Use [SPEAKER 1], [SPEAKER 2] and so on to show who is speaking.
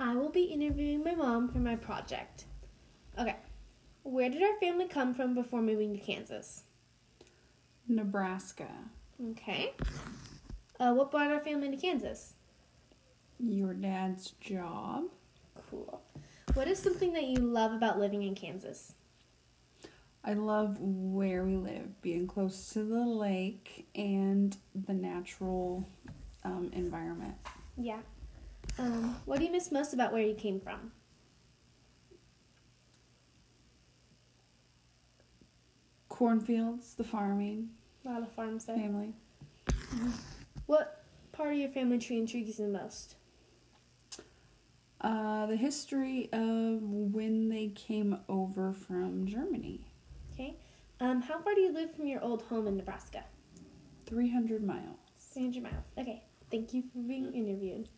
[SPEAKER 1] will be interviewing my mom for my project. Okay, where did our family come from before moving to Kansas?
[SPEAKER 2] Nebraska.
[SPEAKER 1] Okay. Uh, what brought our family to Kansas?
[SPEAKER 2] Your dad's job.
[SPEAKER 1] Cool. What is something that you love about living in Kansas?
[SPEAKER 2] I love where we live, being close to the lake and the natural um, environment.
[SPEAKER 1] Yeah. Um, what do you miss most about where you came from?
[SPEAKER 2] Cornfields, the farming,
[SPEAKER 1] A lot of farms there.
[SPEAKER 2] family.
[SPEAKER 1] What part of your family tree intrigues you the most?
[SPEAKER 2] Uh, the history of when they came over from Germany.
[SPEAKER 1] Okay. Um, how far do you live from your old home in Nebraska?
[SPEAKER 2] 300 miles.
[SPEAKER 1] 300 miles. Okay. Thank you for being interviewed.